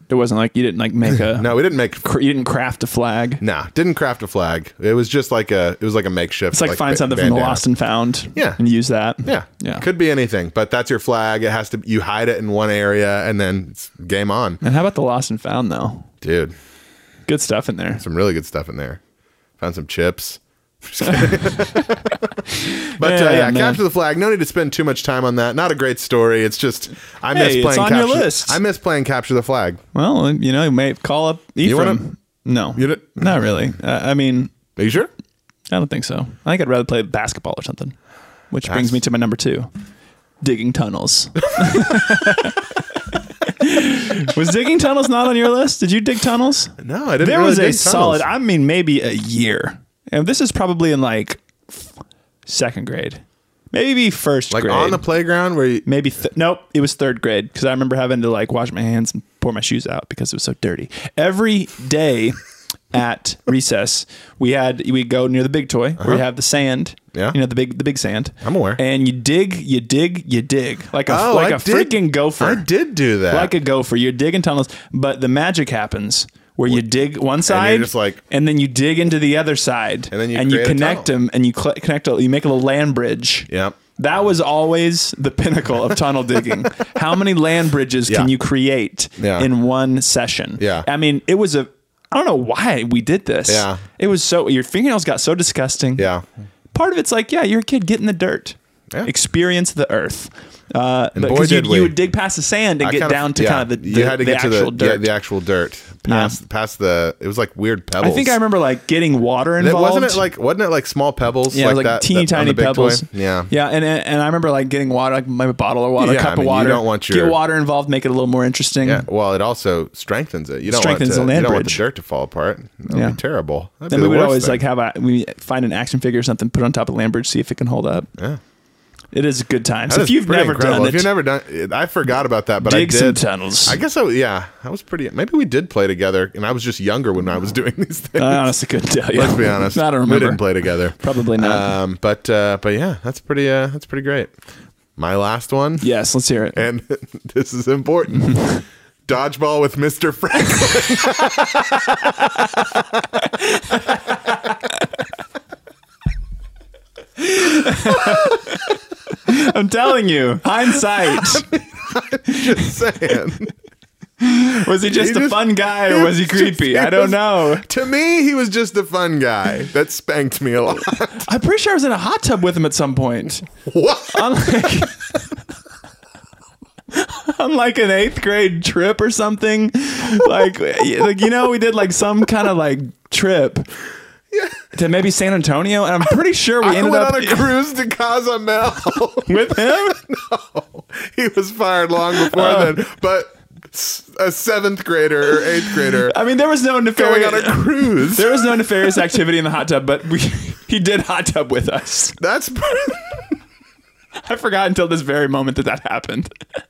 It wasn't like you didn't like make a. [LAUGHS] No, we didn't make. cr- You didn't craft a flag. Nah, didn't craft a flag. It was just like a. It was like a makeshift. It's like, find ba- something from the bandana. lost and found. Yeah. And use that. Yeah, Yeah. Could be anything, but that's your flag. It has to. You hide it in one area, and then it's game on, and how about the lost and found though? dude. Good stuff in there. Some really good stuff in there. Found some chips. [LAUGHS] Just kidding. but Yeah, uh, yeah, man. capture the flag. No need to spend too much time on that. Not a great story. It's just I miss Hey, it's playing. on your capture, list. I miss playing capture the flag. Well, you know, you may call up Ephraim. wanna- no, You don't- not really. Uh, I mean, Are you sure? I don't think so. I think I'd rather play basketball or something, which brings That's- me to my number two: digging [LAUGHS] tunnels. was digging tunnels not on your list? Did you dig tunnels? No, I didn't. there really was a dig tunnels. solid i mean maybe a year and this is probably in like second grade maybe first like grade. on the playground where you, maybe th- nope it was third grade because i remember having to like wash my hands and pour my shoes out because it was so dirty every day at recess we had we go near the big toy where you have the sand Uh-huh. Yeah. you know the big the big sand I'm aware. and you dig you dig you dig like a Oh, like I a did- freaking gopher I did do that. like a gopher you're digging tunnels but the magic happens where you dig one side just like- and then you dig into the other side And then you create a connect tunnel. them and you cl- connect a, you make a little land bridge Yep. that was always the pinnacle of tunnel [LAUGHS] digging. How many land bridges Yeah. can you create Yeah. in one session? Yeah. I mean, it was a I don't know why we did this. Yeah. It was so your fingernails got so disgusting. yeah. Part of it's like, yeah, you're a kid, get in the dirt. Yeah. Experience the earth. Uh, but boy, 'cause you, did we. you would dig past the sand and I get kinda- down to yeah, kind of the, the, you had to the get to actual the dirt. yeah, the actual dirt past past the it was like weird pebbles. I think I remember like getting water That, involved. wasn't it like wasn't it like small pebbles? Yeah, it was like that- that teeny on tiny the big toy? pebbles. Yeah, yeah, and and and I remember like getting water, like my bottle of water, Yeah, a I cup mean, of you water. don't want your- get water involved, make it a little more interesting. Yeah, Well, it also strengthens it. You don't Mm. Strengthens want the it to, land you don't want the bridge. dirt to fall apart. That would Yeah. be terrible. That'd Then be we the would worst always thing. like have a we find an action figure or something, put it on top of Lambridge, see if it can hold up. Yeah. It is a good time. That So if is you've pretty never incredible. done if it, you've never done, it, I forgot about that, but Dig I some did. tunnels. I guess I yeah, I was pretty. Maybe we did play together, and I was just younger when I was doing these things. I honestly couldn't tell you. [LAUGHS] Let's be honest. Uh, [LAUGHS] I don't We remember. didn't play together. [LAUGHS] Probably not. Um, but uh, but yeah, that's pretty. Uh, that's pretty great. My last one, yes, let's hear it. and [LAUGHS] this is important. [LAUGHS] Dodgeball with Mr. [LAUGHS] Franklin. I'm telling you, hindsight. [LAUGHS] just saying. Was he just He a [LAUGHS] just- fun guy or [LAUGHS] was he creepy? I don't know. To me, he was just the fun guy that spanked me a lot. [LAUGHS] I'm pretty sure I was in a hot tub with him at some point. what? Unlike, [LAUGHS] unlike an eighth grade trip or something. Like, y- like you know, we did like some kind of like trip to maybe San Antonio, and I'm pretty sure we I ended went up on a cruise to [LAUGHS] Cozumel. with him. he was fired long before Uh. then, but s- a seventh grader or eighth grader [LAUGHS] I mean, there was no going nefarious. on a cruise. There was no nefarious activity in the hot tub, but we [LAUGHS] he did hot tub with us. [LAUGHS] That's [LAUGHS] I forgot until this very moment that that happened. [LAUGHS]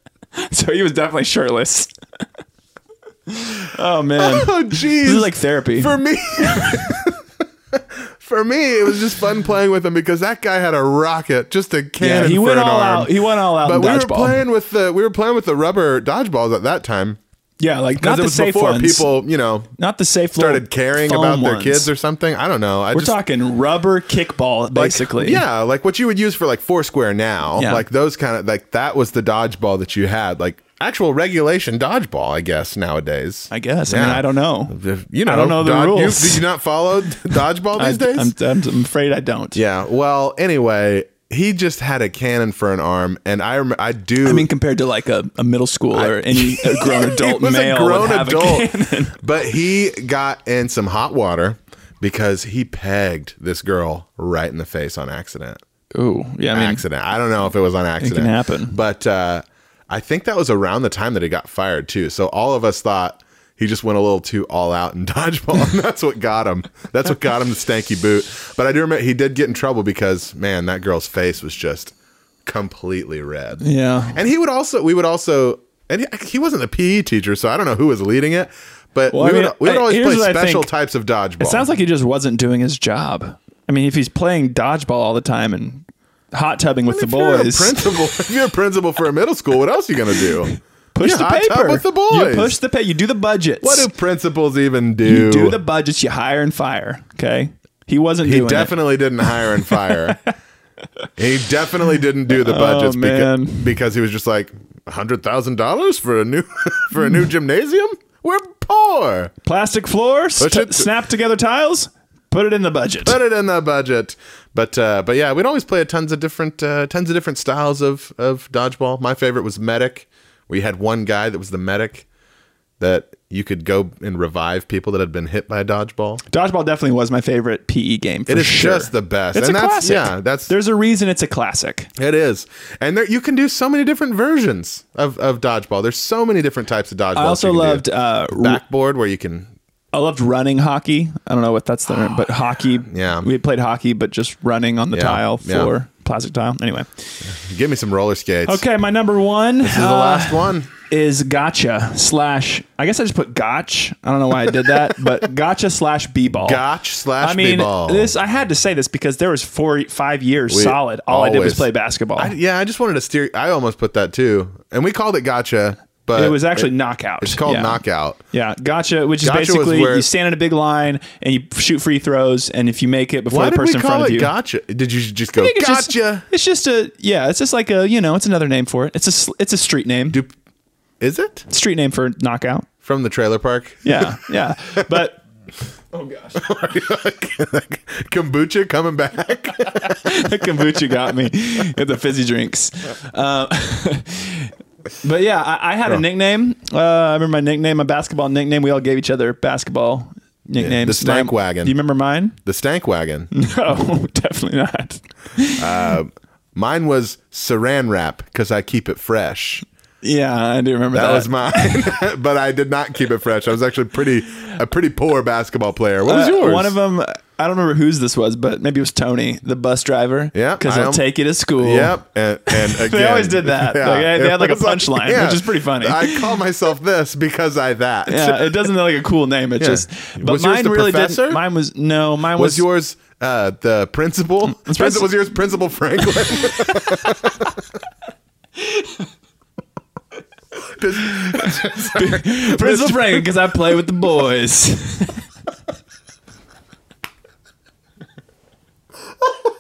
So he was definitely shirtless. [LAUGHS] Oh man, oh jeez. this is like therapy. for me. [LAUGHS] For me, it was just fun playing with him because that guy had a rocket, just a yeah, cannon. he for went an all arm. out. He went all out. But in we were dodgeball. playing with the we were playing with the rubber dodgeballs at that time. Yeah, like not Because it the was safe before ones. people, you know, not the safe. started caring about their kids or something. I don't know. I We're just, talking rubber kickball, like, basically. yeah, like what you would use for like Foursquare now, Yeah. like those kind of like that was the dodgeball that you had, like actual regulation dodgeball, I guess nowadays. I guess. I mean, Yeah. I don't know. If- you know, I don't know the you- rules. did you [LAUGHS] not follow dodgeball I, these days? am afraid I don't. yeah. Well, anyway, he just had a cannon for an arm, and I rem- I do. I mean, compared to like a, a middle schooler or any a grown adult [LAUGHS] he was male a grown would have a adult, cannon. [LAUGHS] but he got in some hot water because he pegged this girl right in the face on accident. Ooh, yeah. I mean, accident. I don't know if it was on accident. happen. But uh, I think that was around the time that he got fired too. So all of us thought he just went a little too all out in [LAUGHS] dodgeball, and that's what got him. That's what got him the stanky boot. But I do remember he did get in trouble because man, that girl's face was just completely red. yeah. And he would also, we would also, and he, he wasn't the PE teacher, so I don't know who was leading it. But I we, mean, would, we would I- always here's play what I special think. types of dodgeball. It sounds like he just wasn't doing his job. I mean, if he's playing dodgeball all the time and hot tubbing with the if you're a boys, principal, if you're a principal for a middle school, what else are you gonna do? push you the hot tub paper with the boys. You push the paper. You do the budgets. What do principals even do? You do the budgets, you hire and fire. Okay. He wasn't he doing it. definitely didn't hire [LAUGHS] and fire. he definitely didn't do the budgets beca- Oh, man. because, he was just like hundred thousand dollars for a new [LAUGHS] for a new gymnasium. We're poor. Plastic floors, Push t- it to- snap together tiles, put it in the budget. Put it in the budget. But uh, but yeah, we'd always play tons of different uh, tons of different styles of of dodgeball. My favorite was medic. We had one guy that was the medic that you could go and revive people that had been hit by a dodgeball. Dodgeball definitely was my favorite PE game. For It Oh, is sure. just the best. It's and a that's classic. yeah, that's There's a reason it's a classic. It is, and there you can do so many different versions of, of dodgeball. There's so many different types of dodgeball. I also loved uh, ru- backboard where you can. I loved running hockey. I don't know what that's the but hockey. [SIGHS] Yeah. we played hockey, but just running on the Yeah, tile yeah. floor. plastic tile. Anyway, Give me some roller skates. okay, my number one. uh, This is the last one. is gotcha slash i guess i just put gotch i don't know why i did [LAUGHS] that but gotcha slash b-ball Gotch slash i mean b-ball. this i had to say this because there was four five years solid all i did was always- play basketball I- yeah, I just wanted to steer. I almost put that too, and we called it gotcha, but it was actually knockout it's called yeah. knockout. yeah gotcha which is Gotcha was basically where- you stand in a big line and you shoot free throws and if you make it before Why the did we person in front call of it you gotcha? Did you just go I think it's gotcha? just- it's just a yeah it's just like a you know it's another name for it it's a s- it's a street name Do, is it street name for knockout from the trailer park? [LAUGHS] yeah [LAUGHS] yeah but oh gosh Kombucha coming back. [LAUGHS] the kombucha got me [LAUGHS] at the fizzy drinks. Uh, [LAUGHS] but yeah, I, I had a nickname. Uh, I remember my nickname, my basketball nickname. We all gave each other basketball nicknames. the stank My- wagon. Do you remember mine? [LAUGHS] The stank wagon. No, definitely not. Mine was saran wrap because I keep it fresh. Yeah, I do remember that. That was mine, [LAUGHS] but I did not keep it fresh. I was actually pretty a pretty poor basketball player. What was Uh, yours? One of them, I don't remember whose this was, but maybe it was Tony, the bus driver. Yeah, because I he'll am- take you to school. Yep, and, [LAUGHS] and again, always did that. Like, they- they it had, like, a was punchline, which is pretty funny. I call myself this because I that. [LAUGHS] Yeah, it doesn't have like a cool name. It just, but Was yours mine the really professor? didn't. Mine was no. Mine [LAUGHS] Was yours uh, the principal? Prin- was yours [LAUGHS] Principal Franklin? Principal Franklin because I play with the boys. [LAUGHS]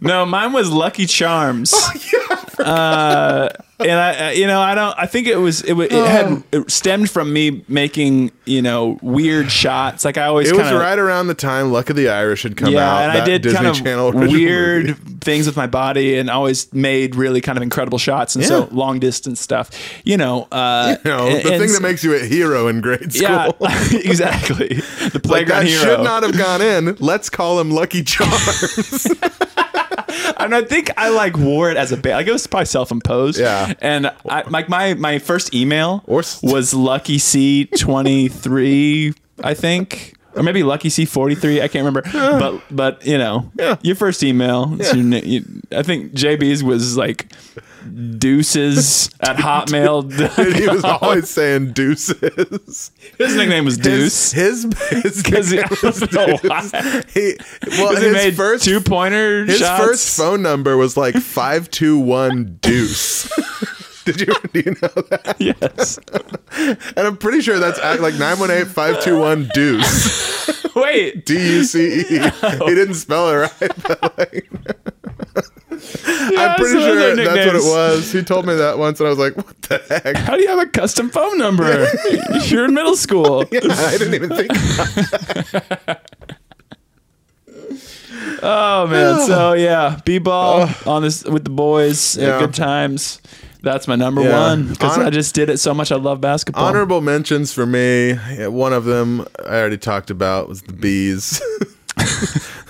no, mine was Lucky Charms. Oh, uh, and I, I- you know, I don't. I think it was it, wa- it Oh. had it stemmed from me making you know weird shots. Like I always It was kind of right around the time Luck of the Irish had come yeah, out. and that I did Disney kind of Channel [LAUGHS] original weird movie. things with my body, and always made really kind of incredible shots, and so Yeah. long distance stuff. You know, uh, You know, the and- thing that makes you a hero in grade school. [LAUGHS] yeah, exactly. The Like playground that hero. should not have gone in. Let's call him Lucky [LAUGHS] Charms. and I think I like wore it as a bait. Like it was probably self-imposed. Yeah. And I, like my my first email Or s- was Lucky C twenty three, I think. Or maybe Lucky C forty three, I can't remember. But but you know, Yeah. your first email. it's your na- you- I think JB's was like deuces [LAUGHS] at Hotmail. he was always saying deuces. [LAUGHS] His nickname was Deuce. His [LAUGHS] his [LAUGHS] Because he- I don't know why. He, [LAUGHS] well, 'Cause his he made first two pointer His first phone number was [LAUGHS] like five two one deuce. [LAUGHS] Did you do you know [LAUGHS] that? [LAUGHS] yes. And I'm pretty sure that's act- like 918-521 [LAUGHS] deuce. Wait, [LAUGHS] D U C E. He didn't spell it right. But like, I'm Yeah, pretty so those sure are that's what it nicknames. was. He told me that once and I was like, what the [LAUGHS] heck? How do you have a custom phone [LAUGHS] number? You're in middle school. I didn't even think. Oh man. [SIGHS] So yeah, b ball on this with the boys. Yeah. At good times. That's my number Yeah. one because Honor- I just did it so much. I love basketball. Honorable mentions for me. yeah, One of them I already talked about was [LAUGHS] the bees.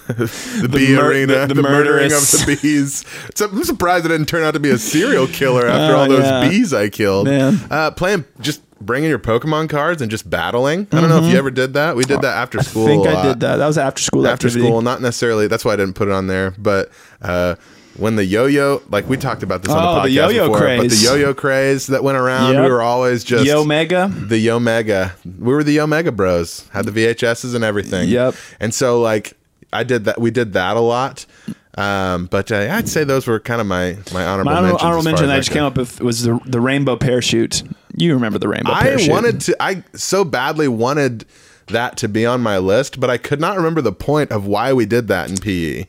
the, bee mur- arena, the- the, the murdering of murderous. the [LAUGHS] bees. So I'm surprised I didn't turn out to be a serial killer after Oh, all those yeah. bees I killed. Man. Uh, playing, just bringing your Pokemon cards and just battling. I don't know if you ever did that. We did that after school. Mm-hmm. I think a I lot did that. That was after school after activity. school. Not necessarily. That's why I didn't put it on there. But uh, when the yo-yo, like we talked about this on Oh, the the podcast yo-yo before, but the craze. yo-yo craze that went around, Yep. we were always just Yo Mega. the Yo Mega. We were the Yo Mega Bros. Had the VHSs and everything. Yep. And so like I did that. We did that a lot. Um, but uh, I'd say those were kind of my my honorable My honorable, honorable mentions. as far mention as that I just go. came up with was the, the rainbow parachute. You remember the rainbow I parachute? wanted to. I so badly wanted that to be on my list, but I could not remember the point of why we did that in E. PE.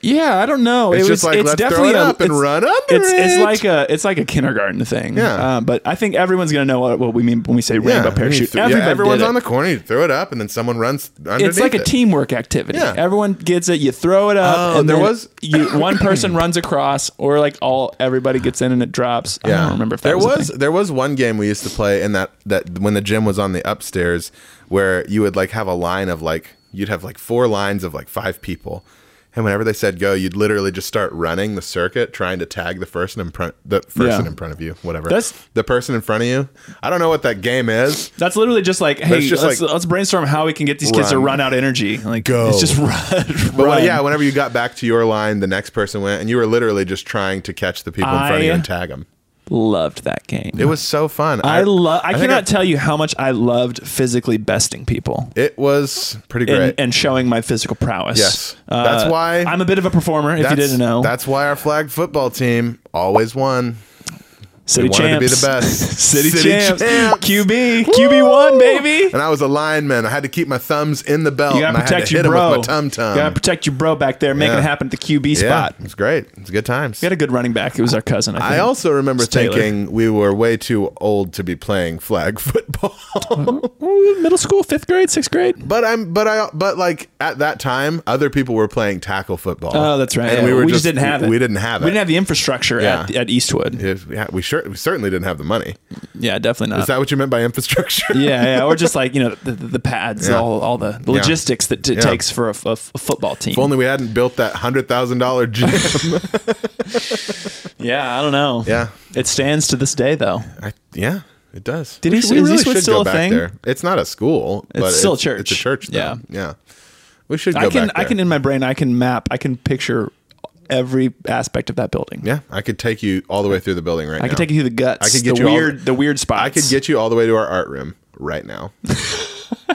Yeah, I don't know. It's it was, just like it's let's throw definitely it a- up and it's- run under it's it. it's like a it's like a kindergarten thing. Yeah. Uh, but I think everyone's gonna know what, what we mean when we say Yeah, rainbow and you parachute. throw- yeah, Everybody everyone's did it. on the corner. You throw it up, and then someone runs underneath. It's like a it. teamwork activity. Yeah. Everyone gets it. You throw it up, Oh, and there then was- you, [COUGHS] one person runs across, or like all everybody gets in and it drops. I don't remember if that there was. a was, thing. there was one game we used to play in that that when the gym was on the upstairs where you would like have a line of like you'd have like four lines of like five people, And whenever they said go, you'd literally just start running the circuit trying to tag the person in front the person Yeah. in front of you, whatever. That's- the person in front of you. I don't know what that game is. That's literally just like, hey, just let's, like- let's brainstorm how we can get these kids to Run. run out energy. Like, Go. It's just [LAUGHS] run. But run. yeah, whenever you got back to your line, the next person went and you were literally just trying to catch the people in front of you I- and tag them. loved that game. It was so fun. I love. I, think cannot tell you how much I loved physically besting people It was pretty great. and, and showing my physical prowess. Uh, Yes. That's why- I'm a bit of a performer. If you That's- didn't know, That's why our flag football team always won. city We wanted to be champs. the best. [LAUGHS] City, City champs. champs. QB. QB one, baby. And I was a lineman. I had to keep my thumbs in the belt. You and gotta I had protect to your hit 'em bro. with my tum tum. You gotta protect your bro back there. Make Yeah. it happen at the QB yeah, spot. it's great. It's good times. We had a good running back. It was our cousin. I, think. I also remember It's Taylor. thinking we were way too old to be playing flag [LAUGHS] football. middle school, fifth grade, sixth grade. but I'm but I but like at that time other people were playing tackle football. Oh, that's right. And Yeah. we were just, didn't have it. We didn't have it. We didn't have the infrastructure at, Yeah. at Eastwood. If- yeah, we, sure, we certainly didn't have the money. Yeah, definitely not. Is that what you meant by infrastructure? Uh, [LAUGHS] yeah, yeah, or just like you know the, the, the pads, Yeah. all all the, the logistics that it Yeah. takes for a, f- a f- a football team. If only we hadn't built that hundred thousand [LAUGHS] dollar gym. yeah, I don't know. Yeah. it stands to this day though. I, yeah, it does. Did We he- should- we is Eastwood should still go a back thing? It's not a school. It's but still a it's, church. It's a church. Though. Yeah. Yeah, yeah. We should go I can back I there. can in my brain I can map I can picture every aspect of that building. Yeah, I could take you all the way through the building right now. I could take you through the guts. I could get the you all- weird the weird spots. I could get you all the way to our art room [LAUGHS] right now.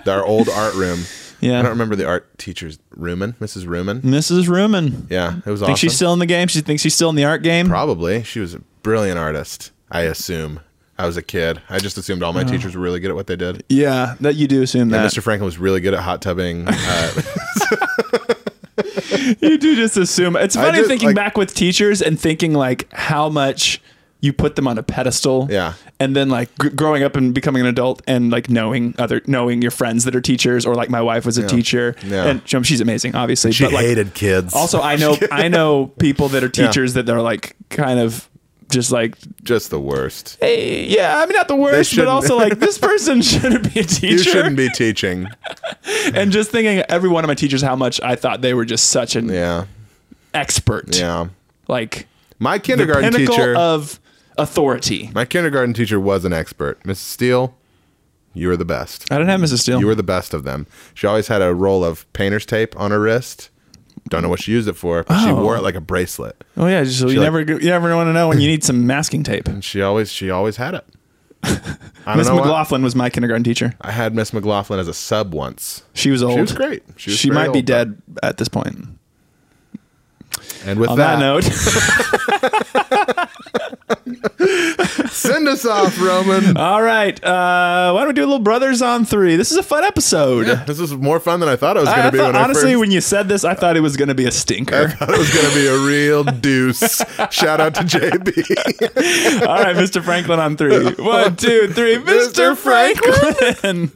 our old art room. Yeah. I don't remember the art teacher's Ruman, Mrs. Ruman. Mrs. Ruman. Yeah, it was Think awesome. she's still in the game? She thinks she's still in the art game. Probably. She was a brilliant artist, I assume. I was a kid. I just assumed all my teachers were really good at what they did. Uh-huh. yeah, that you do assume And that. Mr. Franklin was really good at hot tubbing. Uh, [LAUGHS] you do just assume. It's funny just, thinking like- back with teachers and thinking like how much you put them on a pedestal. Yeah. And then like gr growing up and becoming an adult and like knowing other knowing your friends that are teachers or like my wife was a teacher Yeah. and you know, she's amazing obviously. she but like hated kids. [LAUGHS] also I know I know people that are teachers that are like kind of just like just the worst. hey yeah I mean not the worst but shouldn't- also like [LAUGHS] this person shouldn't be a teacher You shouldn't be [LAUGHS] teaching. and just thinking every one of my teachers how much I thought they were just such an Yeah. expert Yeah. like My the kindergarten pinnacle teacher of authority. My kindergarten teacher was an expert. Mrs. Steele, you were the best. I didn't have Mrs. Steele. You were the best of them. She always had a roll of painter's tape on her wrist. Don't know what she used it for, but she Oh. wore it like a bracelet. oh yeah, so you like- never you never want to know when you need some masking tape. And she always she always had [LAUGHS] it. I Miss don't know. why. McLaughlin was my kindergarten teacher. I had Miss McLaughlin as a sub once. She was old. She was great. She, was She very might be old, but- dead at this point. And with On that, that, [LAUGHS] note, send us off, [LAUGHS] Roman. all right. Uh, why don't we do a little brothers on three? This is a fun episode. this was more fun than I thought it was going I, I to be. thought, when I honestly, first- when you said this, I thought it was going to be a [LAUGHS] stinker. thought it was going to be a real deuce. Shout out to [LAUGHS] JB. [LAUGHS] all right, Mr. Franklin on three. One, two, three. Mr. Franklin.